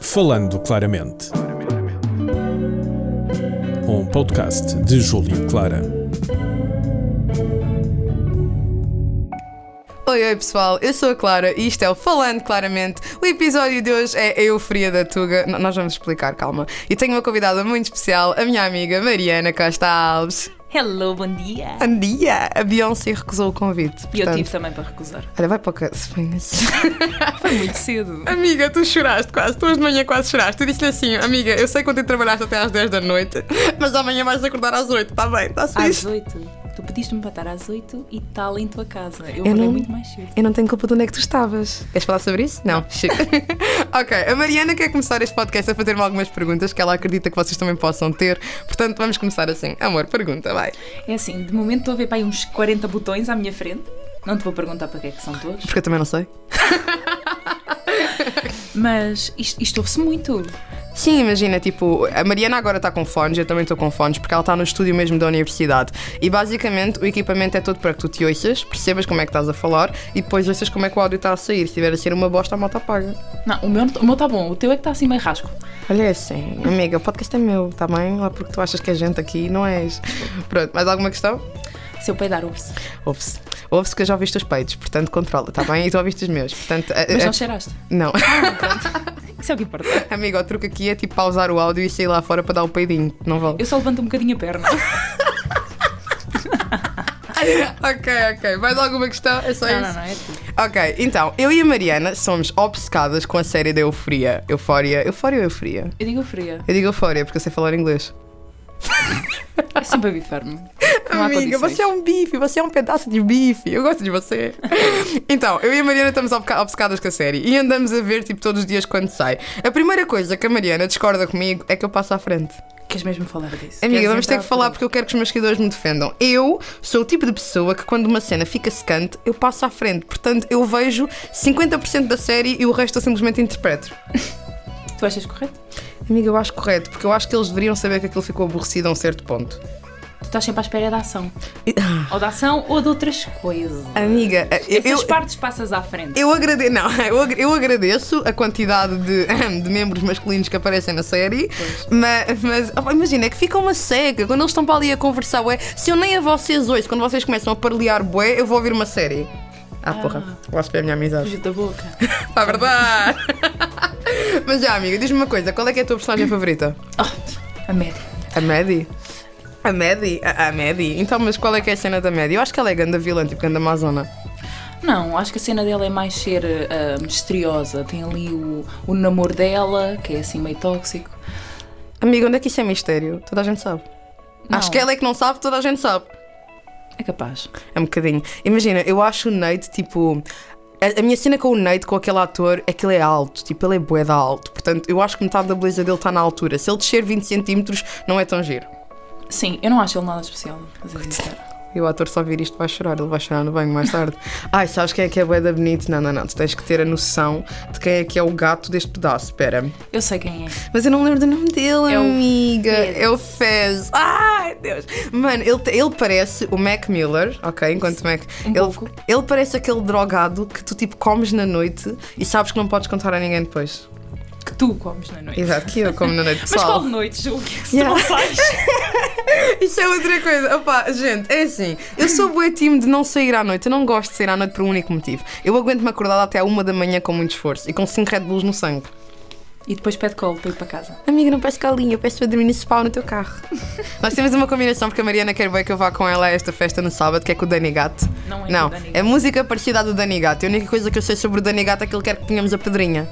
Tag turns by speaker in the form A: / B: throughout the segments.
A: Falando Claramente. Um podcast de Júlio Clara.
B: Oi, oi pessoal, eu sou a Clara e isto é o Falando Claramente. O episódio de hoje é a euforia da Tuga. N- nós vamos explicar, calma. E tenho uma convidada muito especial, a minha amiga Mariana Costa Alves.
C: Hello, bom dia.
B: Bom dia! A Beyoncé recusou o convite.
C: E eu
B: portanto-
C: tive também para recusar.
B: Olha, vai para o caso.
C: Foi muito cedo.
B: Amiga, tu choraste quase, tu hoje de manhã quase choraste. Tu disse-lhe assim, amiga, eu sei quando trabalhaste até às 10 da noite, mas amanhã vais acordar às 8, está bem, tá está
C: Às oito. Tu pediste-me para estar às oito e tal em tua casa. Eu,
B: Eu
C: acordei
B: não-
C: muito mais cedo.
B: Eu não tenho culpa de onde é que tu estavas. Queres falar sobre isso? Não. Chega. ok, a Mariana quer começar este podcast a fazer-me algumas perguntas que ela acredita que vocês também possam ter. Portanto, vamos começar assim. Amor, pergunta, vai.
C: É assim, de momento estou a ver para aí uns 40 botões à minha frente. Não te vou perguntar para que é que são todos.
B: Porque eu também não sei.
C: Mas isto, isto ouve-se muito.
B: Sim, imagina, tipo, a Mariana agora está com fones, eu também estou com fones, porque ela está no estúdio mesmo da universidade. E basicamente o equipamento é todo para que tu te ouças, percebas como é que estás a falar e depois ouças como é que o áudio está a sair. Se estiver a ser uma bosta, a moto apaga.
C: Não, o meu está bom. O teu é que está assim meio rasco.
B: Olha assim, amiga, o podcast é meu, está bem? Lá porque tu achas que é gente aqui, não és. Pronto, mais alguma questão?
C: Se eu peidar, ouve-se.
B: Ouve-se. Ouve-se que eu já ouviste os peitos, portanto controla, está bem? E tu ouviste os meus, portanto. a-
C: Mas
B: a-
C: não cheiraste.
B: não.
C: Isso é o que importa.
B: Amiga, o truque aqui é tipo pausar o áudio e sair lá fora para dar o peidinho, não vale.
C: Eu só levanto um bocadinho a perna.
B: ok, ok. Mais alguma questão? É só
C: não,
B: isso?
C: não, não. É tudo.
B: Ok, então, eu e a Mariana somos obcecadas com a série da Euforia. Euforia. Euforia ou Euforia?
C: Eu digo fria.
B: Eu digo Euforia porque eu sei falar inglês.
C: É sempre a bifar-me. Não há
B: Amiga,
C: condições.
B: você é um bife, você é um pedaço de bife. Eu gosto de você. então, eu e a Mariana estamos obca- obcecadas com a série e andamos a ver tipo todos os dias quando sai. A primeira coisa que a Mariana discorda comigo é que eu passo à frente.
C: Queres mesmo falar disso?
B: um Amiga,
C: Queres
B: vamos ter
C: entrar
B: que falar
C: por aí?
B: porque eu quero que os meus seguidores me defendam. Eu sou o tipo de pessoa que quando uma cena fica secante, eu passo à frente. Portanto, eu vejo 50% da série e o resto eu simplesmente interpreto.
C: Tu achas correto?
B: Amiga, eu acho correto, porque eu acho que eles deveriam saber que aquilo ficou aborrecido a um certo ponto.
C: Tu estás sempre à espera da ação. Ou da ação ou de outras coisas.
B: Amiga, Ah. eu,
C: Essas
B: eu-
C: partes passas à frente.
B: Eu agradeço, não, eu, agra- eu agradeço a quantidade de, de membros masculinos que aparecem na série, mas, mas opa, imagina, é que fica uma seca quando eles estão para ali a conversar, ué, se eu nem a vocês hoje, quando vocês começam a parlear, bué, eu vou ouvir uma série. Ah, porra, lá se foi a minha amizade.
C: Fugiu da boca.
B: Está verdade. mas já, amiga, diz-me uma coisa, qual é que é a tua personagem favorita?
C: Oh, a média.
B: A Maddie? A Maddie? A, a Maddie? Então, mas qual é que é a cena da Maddie? Eu acho que ela é ganda vilã, tipo ganda amazona.
C: Não, acho que a cena dela é mais ser ah, misteriosa. Tem ali o, o namoro dela, que é assim meio tóxico.
B: Amiga, onde é que isso é mistério? Toda a gente sabe.
C: Não,
B: Acho que ela é que não sabe, toda a gente sabe.
C: é capaz.
B: É um bocadinho. Imagina, eu acho o Nate tipo. A, a minha cena com o Nate, com aquele ator, é que ele é alto, tipo, ele é boeda alto. Portanto, eu acho que metade da beleza dele está na altura. Se ele descer 20 centímetros, não é tão giro.
C: Sim, eu não acho ele nada especial. a ser sincera.
B: E o ator só vir isto vai chorar, ele vai chorar no banho mais tarde. Ai, sabes quem é que é boeda bonito? Não, não, não. Tu tens que ter a noção de quem é que é o gato deste pedaço. Espera.
C: Eu sei quem é.
B: Mas eu não lembro do nome dele,
C: É o
B: amiga.
C: Fez.
B: É o Fez. Ai, Deus. Mano, ele, te- ele parece o Mac Miller, ok? Enquanto Mac.
C: Um
B: ele,
C: pouco.
B: ele parece aquele drogado que tu tipo comes na noite e sabes que não podes contar a ninguém depois.
C: Que tu comes na noite.
B: Exato, que eu como na noite
C: Mas qual
B: pessoal.
C: noite, Ju? Se
B: Yeah.
C: tu não sais.
B: Isso é outra coisa. Opa, gente, é assim. Eu sou bué time de não sair à noite. Eu não gosto de sair à noite por um único motivo. Eu aguento-me acordada até à uma da manhã com muito esforço e com cinco Red Bulls no sangue.
C: E depois pede colo para ir para casa.
B: Amiga, não peço calinha, eu peço para dormir nesse pau no teu carro. Nós temos uma combinação porque a Mariana quer bem que eu vá com ela a esta festa no sábado, que é com o Dani Gato.
C: Não é com
B: Não,
C: o Dani
B: é
C: Gato.
B: música parecida à do Dani Gato. E a única coisa que eu sei sobre o Dani Gato é que ele quer que ponhamos a pedrinha.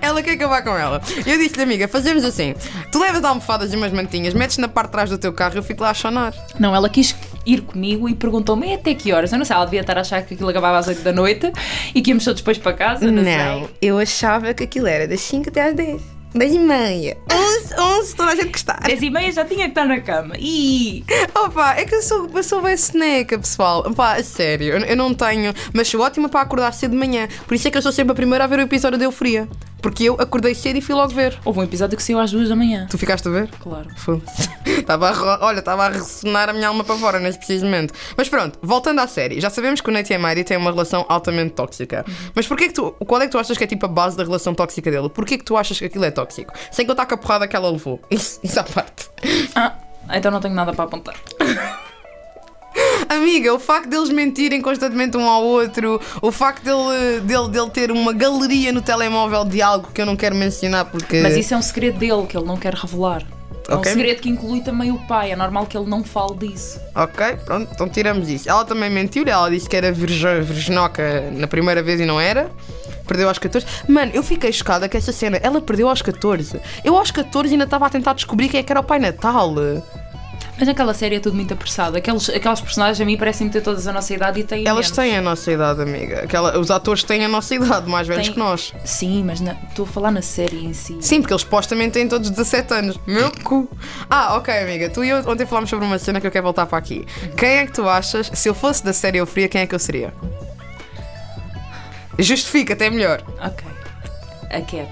B: Ela quer que eu vá com ela. Eu disse-lhe, amiga, fazemos assim: tu levas almofadas e umas mantinhas, metes na parte de trás do teu carro e eu fico lá a chonar.
C: Não, ela quis ir comigo e perguntou-me "E até que horas. Eu não sei, ela devia estar a achar que aquilo acabava às 8 da noite e que íamos todos depois para casa. Não, sei.
B: eu achava que aquilo era das 5 até às 10. 10 e meia. 11, 11, toda a gente gostar.
C: 10 e meia já tinha que estar na cama. E
B: Opa, é que eu sou, eu sou bem soneca, pessoal. Opa, a sério, eu, eu não tenho. Mas sou ótima para acordar cedo de manhã. Por isso é que eu sou sempre a primeira a ver o episódio da Euforia. Porque Porque eu acordei cedo e fui logo ver.
C: Houve um episódio que saiu às duas da manhã.
B: Tu ficaste a ver?
C: Claro.
B: Fogo. Tava a ro- olha, estava a ressonar a minha alma para fora nesse preciso momento. Mas pronto, voltando à série, já sabemos que o Nate e a Mari têm uma relação altamente tóxica. Mas porquê que tu, qual é que tu achas que é tipo a base da relação tóxica dele? Porquê que tu achas que aquilo é tóxico? Sem contar com a porrada que ela levou. Isso, isso à parte.
C: Ah, então não tenho nada para apontar.
B: Amiga, o facto deles mentirem constantemente um ao outro, o facto dele, dele, dele ter uma galeria no telemóvel de algo que eu não quero mencionar porque.
C: Mas isso é um segredo dele que ele não quer revelar. É um
B: Eh, Ok.
C: segredo que inclui também o pai. É normal que ele não fale disso.
B: Ok, pronto, então tiramos isso. Ela também mentiu, né? ela disse que era virgem- virginoca na primeira vez e não era. Perdeu aos 14. Mano, eu fiquei chocada com essa cena. Ela perdeu aos 14. Eu aos 14 ainda estava a tentar descobrir quem é que era o Pai Natal.
C: Mas naquela série é tudo muito apressado. Aqueles, aquelas personagens a mim parecem ter todas a nossa idade e têm.
B: Elas
C: menos.
B: têm a nossa idade, amiga. Aquela, os atores têm a nossa idade, mais velhos
C: Têm-
B: que nós.
C: Sim, mas na- estou a falar na série em si.
B: Sim, porque eles supostamente têm todos 17 anos. Meu cu. Ah, ok, amiga. Tu e eu ontem falámos sobre uma cena que eu quero voltar para aqui. Quem é que tu achas, se eu fosse da série Euforia, quem é que eu seria? Justifica, até melhor.
C: Ok. A Cat.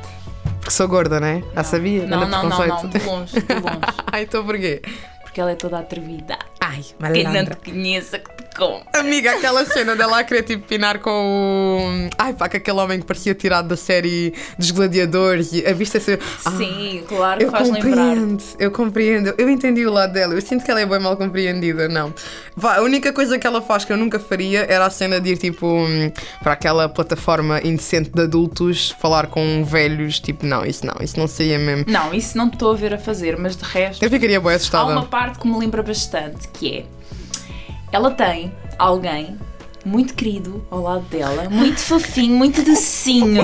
B: Porque sou gorda, né? Já sabia?
C: Não,
B: era
C: não, não, não. De
B: preconceito.
C: longe, de longe.
B: Ai, então porquê?
C: Porque ela é toda atrevida.
B: Ai,
C: Quem não te conheça que te come.
B: Amiga, aquela cena dela a querer tipo pinar com o. Ai pá, que aquele homem que parecia tirado da série dos Gladiadores e a vista ser. Ah,
C: Sim, claro que
B: Eu
C: faz lembrar.
B: compreendo, eu compreendo, eu entendi o lado dela, eu sinto que ela é bem mal compreendida, não. Vá, a única coisa que ela faz que eu nunca faria era a cena de ir tipo hum, para aquela plataforma indecente de adultos falar com velhos, tipo, não, isso não, isso não seria mesmo.
C: Não, isso não te estou a ver a fazer, mas de resto.
B: Eu ficaria bem
C: Há
B: assustada.
C: uma parte que me lembra bastante, que é ela tem alguém muito querido ao lado dela, muito fofinho, muito docinho,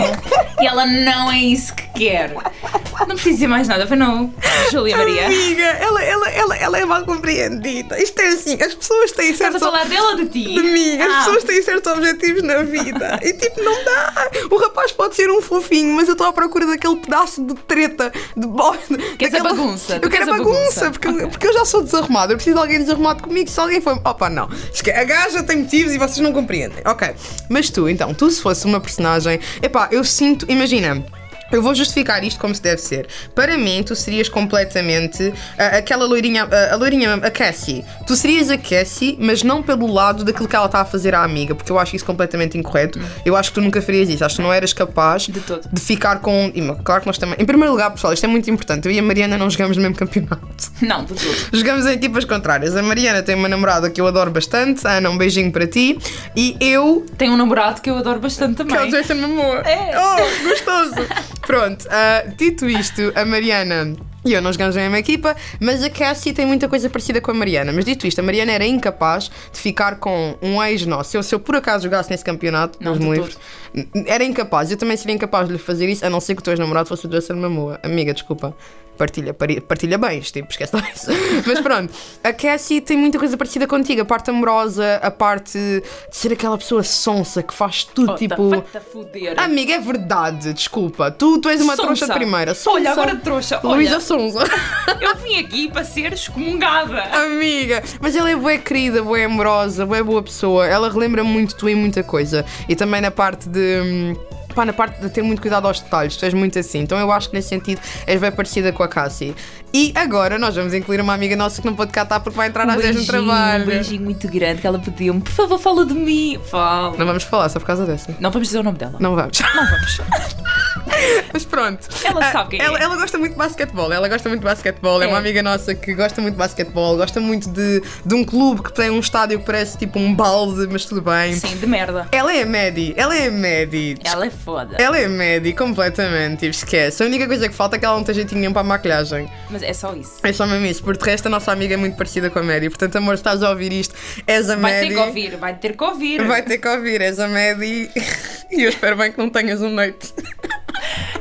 C: e ela não é isso que quer. Não preciso dizer mais nada, foi não, Júlia Maria.
B: Amiga, ela, ela, ela, ela é mal compreendida. Isto é assim, as pessoas têm
C: Estás a
B: certos
C: falar dela ou de ti?
B: de mim, as
C: Ah,
B: pessoas têm certos objetivos na vida. E tipo, não dá. O rapaz pode ser um fofinho, mas eu estou à procura daquele pedaço de treta, de bosta.
C: Queres a
B: daquela-
C: bagunça,
B: Eu quero
C: queres
B: a
C: a
B: bagunça,
C: bagunça.
B: porque, eu- porque eu já sou desarrumada. Eu preciso de alguém desarrumado comigo. Se alguém for. Opa, não. Esque- A gaja tem motivos e vocês não compreendem. Ok. Mas tu, então, tu se fosse uma personagem. Epá, eu sinto. Imagina. Eu vou justificar isto como se deve ser. Para mim, tu serias completamente ah, aquela loirinha, ah, a loirinha, a Cassie. Tu serias a Cassie, mas não pelo lado daquilo que ela está a fazer à amiga, porque eu acho isso completamente incorreto. Eu acho que tu nunca farias isso. Acho que não eras capaz
C: De todo.
B: de ficar com. e, mas, Claro que nós também. Em primeiro lugar, pessoal, isto é muito importante. Eu e a Mariana não jogamos no mesmo campeonato.
C: Não, de tudo.
B: Jogamos em equipas contrárias. A Mariana tem uma namorada que eu adoro bastante. Ana, um beijinho para ti. E eu
C: Tem um namorado que eu adoro bastante também.
B: que é o Jason Momoa.
C: É.
B: Oh, gostoso. Pronto, ah, dito isto, a Mariana e eu não jogamos na mesma equipa, mas a Cassie tem muita coisa parecida com a Mariana. Mas dito isto, a Mariana era incapaz de ficar com um ex nosso. Se eu, se eu por acaso jogasse nesse campeonato,
C: Não,
B: Deus me
C: de
B: livre, n- era incapaz. Eu também seria incapaz de lhe fazer isso, a não ser que o teu ex-namorado fosse o Jason Momoa. Amiga, desculpa. Partilha, pari- partilha bens, tipo, esquece lá isso. Mas pronto, a Cassie tem muita coisa parecida contigo, a parte amorosa, a parte de ser aquela pessoa sonsa que faz tudo,
C: Oh,
B: tipo.
C: tá farta a foder.
B: Amiga, é verdade, desculpa. Tu, tu és uma
C: Sonsa.
B: trouxa de primeira. Sonsa.
C: Olha, agora trouxa.
B: Luísa
C: Olha,
B: Sonsa.
C: eu vim aqui para ser excomungada.
B: Amiga, mas ela é bué querida, bué amorosa, bué boa pessoa. Ela relembra muito tu em muita coisa. E também na parte de. hum, Pá, na parte de ter muito cuidado aos detalhes, tu és muito assim. Então eu acho que nesse sentido és bem parecida com a Cassie. E agora nós vamos incluir uma amiga nossa que não pode cá estar porque vai entrar às 10 no trabalho.
C: um beijinho muito grande que ela pediu-me. Por favor, fala de mim. Fala.
B: Não vamos falar só por causa dessa.
C: Não vamos dizer o nome dela.
B: Não vamos.
C: Não vamos.
B: Mas pronto.
C: Ela
B: Ah,
C: sabe quem é.
B: ela, ela gosta muito de basquetebol. Ela gosta muito de basquetebol. É. uma
C: É.
B: amiga nossa que gosta muito de basquetebol. Gosta muito de, de um clube que tem um estádio que parece tipo um balde, mas tudo bem.
C: Sim, de merda.
B: Ela é Maddie. Ela é Maddie.
C: Ela é foda.
B: Ela é Maddie, completamente. Tipo, esquece. A única coisa que falta é que ela não tem jeitinho nenhum para a maquilhagem.
C: Mas é só isso.
B: É só mesmo isso. Por de resto, a nossa amiga é muito parecida com a Maddie. Portanto, amor, se estás a ouvir isto, és a
C: Vai
B: Maddie.
C: ter que ouvir, vai ter que ouvir.
B: É Vai ter que ouvir, és a Maddie. e eu espero bem que não tenhas um noite.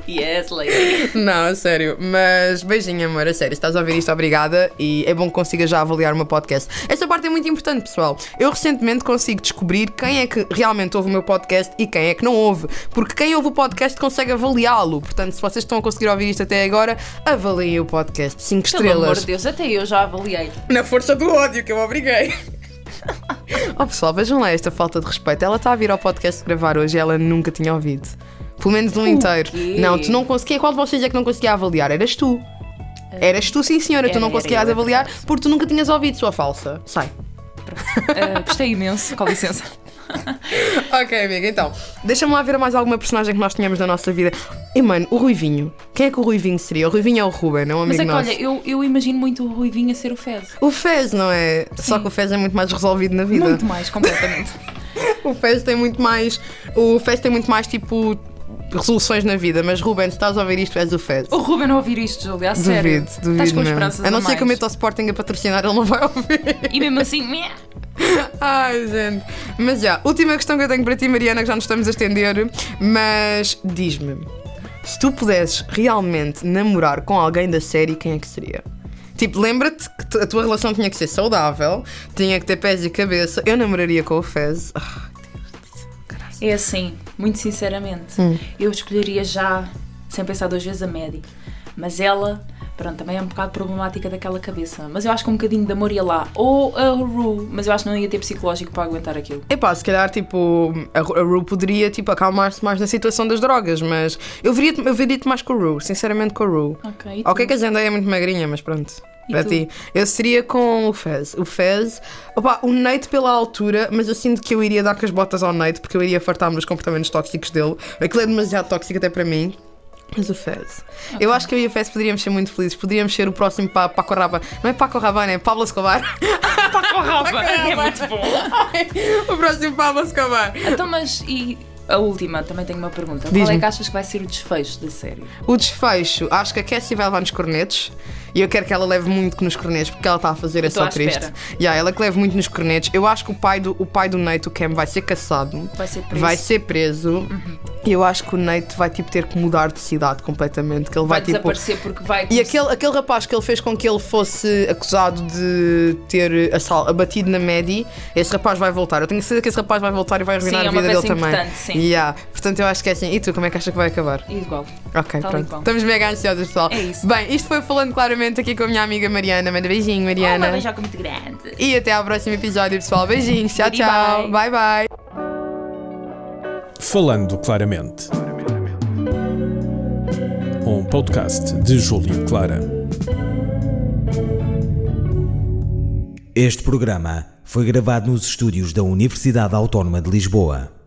C: Yes, lady.
B: Não, a sério. Mas beijinho, amor, a sério. Se estás a ouvir isto, obrigada. E é bom que consigas já avaliar o meu podcast. Esta parte é muito importante, pessoal. Eu recentemente consigo descobrir quem é que realmente ouve o meu podcast e quem é que não ouve. Porque quem ouve o podcast consegue avaliá-lo. Portanto, se vocês estão a conseguir ouvir isto até agora, avaliem o podcast. 5
C: Pelo amor
B: estrelas.
C: de Deus, até eu já avaliei.
B: Na força do ódio que eu obriguei. Oh pessoal, vejam lá esta falta de respeito. Ela está a vir ao podcast gravar hoje e ela nunca tinha ouvido. Pelo menos um inteiro.
C: quê?
B: Não, tu não conseguia. Qual de vocês é que não conseguia avaliar? Eras tu. Eras tu, sim senhora, tu
C: era-
B: não
C: era
B: conseguias
C: eu, era
B: avaliar
C: capaz.
B: porque tu nunca tinhas ouvido, sua falsa. Sai.
C: Ah, gostei imenso, com licença.
B: ok, amiga, então. Deixa-me lá ver mais alguma personagem que nós tínhamos na nossa vida. E, mano, o Ruivinho. Quem é que o Ruivinho seria? O Ruivinho é o Ruben, é um
C: Mas
B: amigo
C: é que,
B: nosso.
C: olha, eu, eu imagino muito o Ruivinho a ser o Fez.
B: O Fez, não é? Só que o Fez é muito mais resolvido na vida.
C: Muito mais, completamente.
B: O Fez tem muito mais. O Fez tem muito mais tipo resoluções na vida, mas Ruben, se estás a ouvir isto, és o Fez.
C: o Ruben não ouvir isto, Júlia, a Oh, sério.
B: Duvido, duvido.
C: Estás com
B: mesmo.
C: esperanças
B: A não ser
C: mais.
B: que eu meta o Sporting a patrocinar, ele não vai ouvir.
C: E mesmo assim, meh.
B: Ai, gente. Mas já, última questão que eu tenho para ti, Mariana, que já nos estamos a estender, mas diz-me, se tu pudesses realmente namorar com alguém da série, quem é que seria? Tipo, lembra-te que tu- a tua relação tinha que ser saudável, tinha que ter pés e cabeça. Eu namoraria com o Fez. Ah,
C: É assim, muito sinceramente, eu escolheria já, sem pensar duas vezes, a Maddie. Mas ela, pronto, também é um bocado problemática daquela cabeça. Mas eu acho que um bocadinho de amor ia lá. Ou a Rue, mas eu acho que não ia ter psicológico para aguentar aquilo.
B: Epá, se calhar, tipo, a Ru- a Rue poderia, tipo, acalmar-se mais na situação das drogas, mas eu viria-te eu viria mais com a Rue, sinceramente com a Rue.
C: Ok, e tu?
B: Ok, que a Zendaya é muito magrinha, mas pronto.
C: E
B: para
C: tu?
B: ti. Eu seria com o Fez. O Fez. Opa, o Nate pela altura, mas eu sinto que eu iria dar com as botas ao Nate, porque eu iria fartar-me dos comportamentos tóxicos dele. Aquilo é demasiado tóxico até para mim. Mas o Fez. Eu acho que eu e o Fez poderíamos ser muito felizes. Poderíamos ser o próximo pa Paco Rabanne. Não é Paco Rabanne, é Pablo Escobar.
C: Paco Rabanne, é muito bom.
B: o próximo Pablo Escobar.
C: Então, mas e a última, também tenho uma pergunta. Qual
B: Diz-me.
C: é que achas que vai ser o desfecho da série?
B: O desfecho, acho que a Cassie vai levar nos cornetes e eu quero que ela leve muito nos cornetes porque ela está a fazer é
C: Estou
B: só
C: à
B: triste.
C: espera.
B: Yeah, ela que leve muito nos cornetes. Eu acho que o pai do, o pai do Nate, o Cam, vai ser caçado.
C: Vai ser preso. Uhum.
B: Vai ser preso. E eu acho que o Nate vai tipo ter que mudar de cidade completamente. Que ele vai,
C: Vai,
B: tipo.
C: desaparecer porque vai.
B: E aquele, aquele rapaz que ele fez com que ele fosse acusado de ter assal- abatido na Maddie, esse rapaz vai voltar. Eu tenho certeza que esse rapaz vai voltar e vai arruinar
C: Sim, é
B: a
C: uma
B: vida dele
C: peça
B: também.
C: importante, sim.
B: Yeah. Portanto, eu acho que é assim. E tu, como é que achas que vai acabar?
C: Igual.
B: Ok,
C: Tal e
B: pronto.
C: qual.
B: Estamos mega ansiosas, pessoal.
C: Tá É isso.
B: Bem, isto foi falando claramente aqui com a minha amiga Mariana. Manda beijinho, Mariana.
C: Uma beijoca muito grande.
B: E até ao próximo episódio, pessoal. Beijinhos. Tchau, tchau.
C: Bye.
B: Bye, bye.
A: Falando claramente. Um podcast de Júlio Clara.
D: Este programa foi gravado nos estúdios da Universidade Autónoma de Lisboa.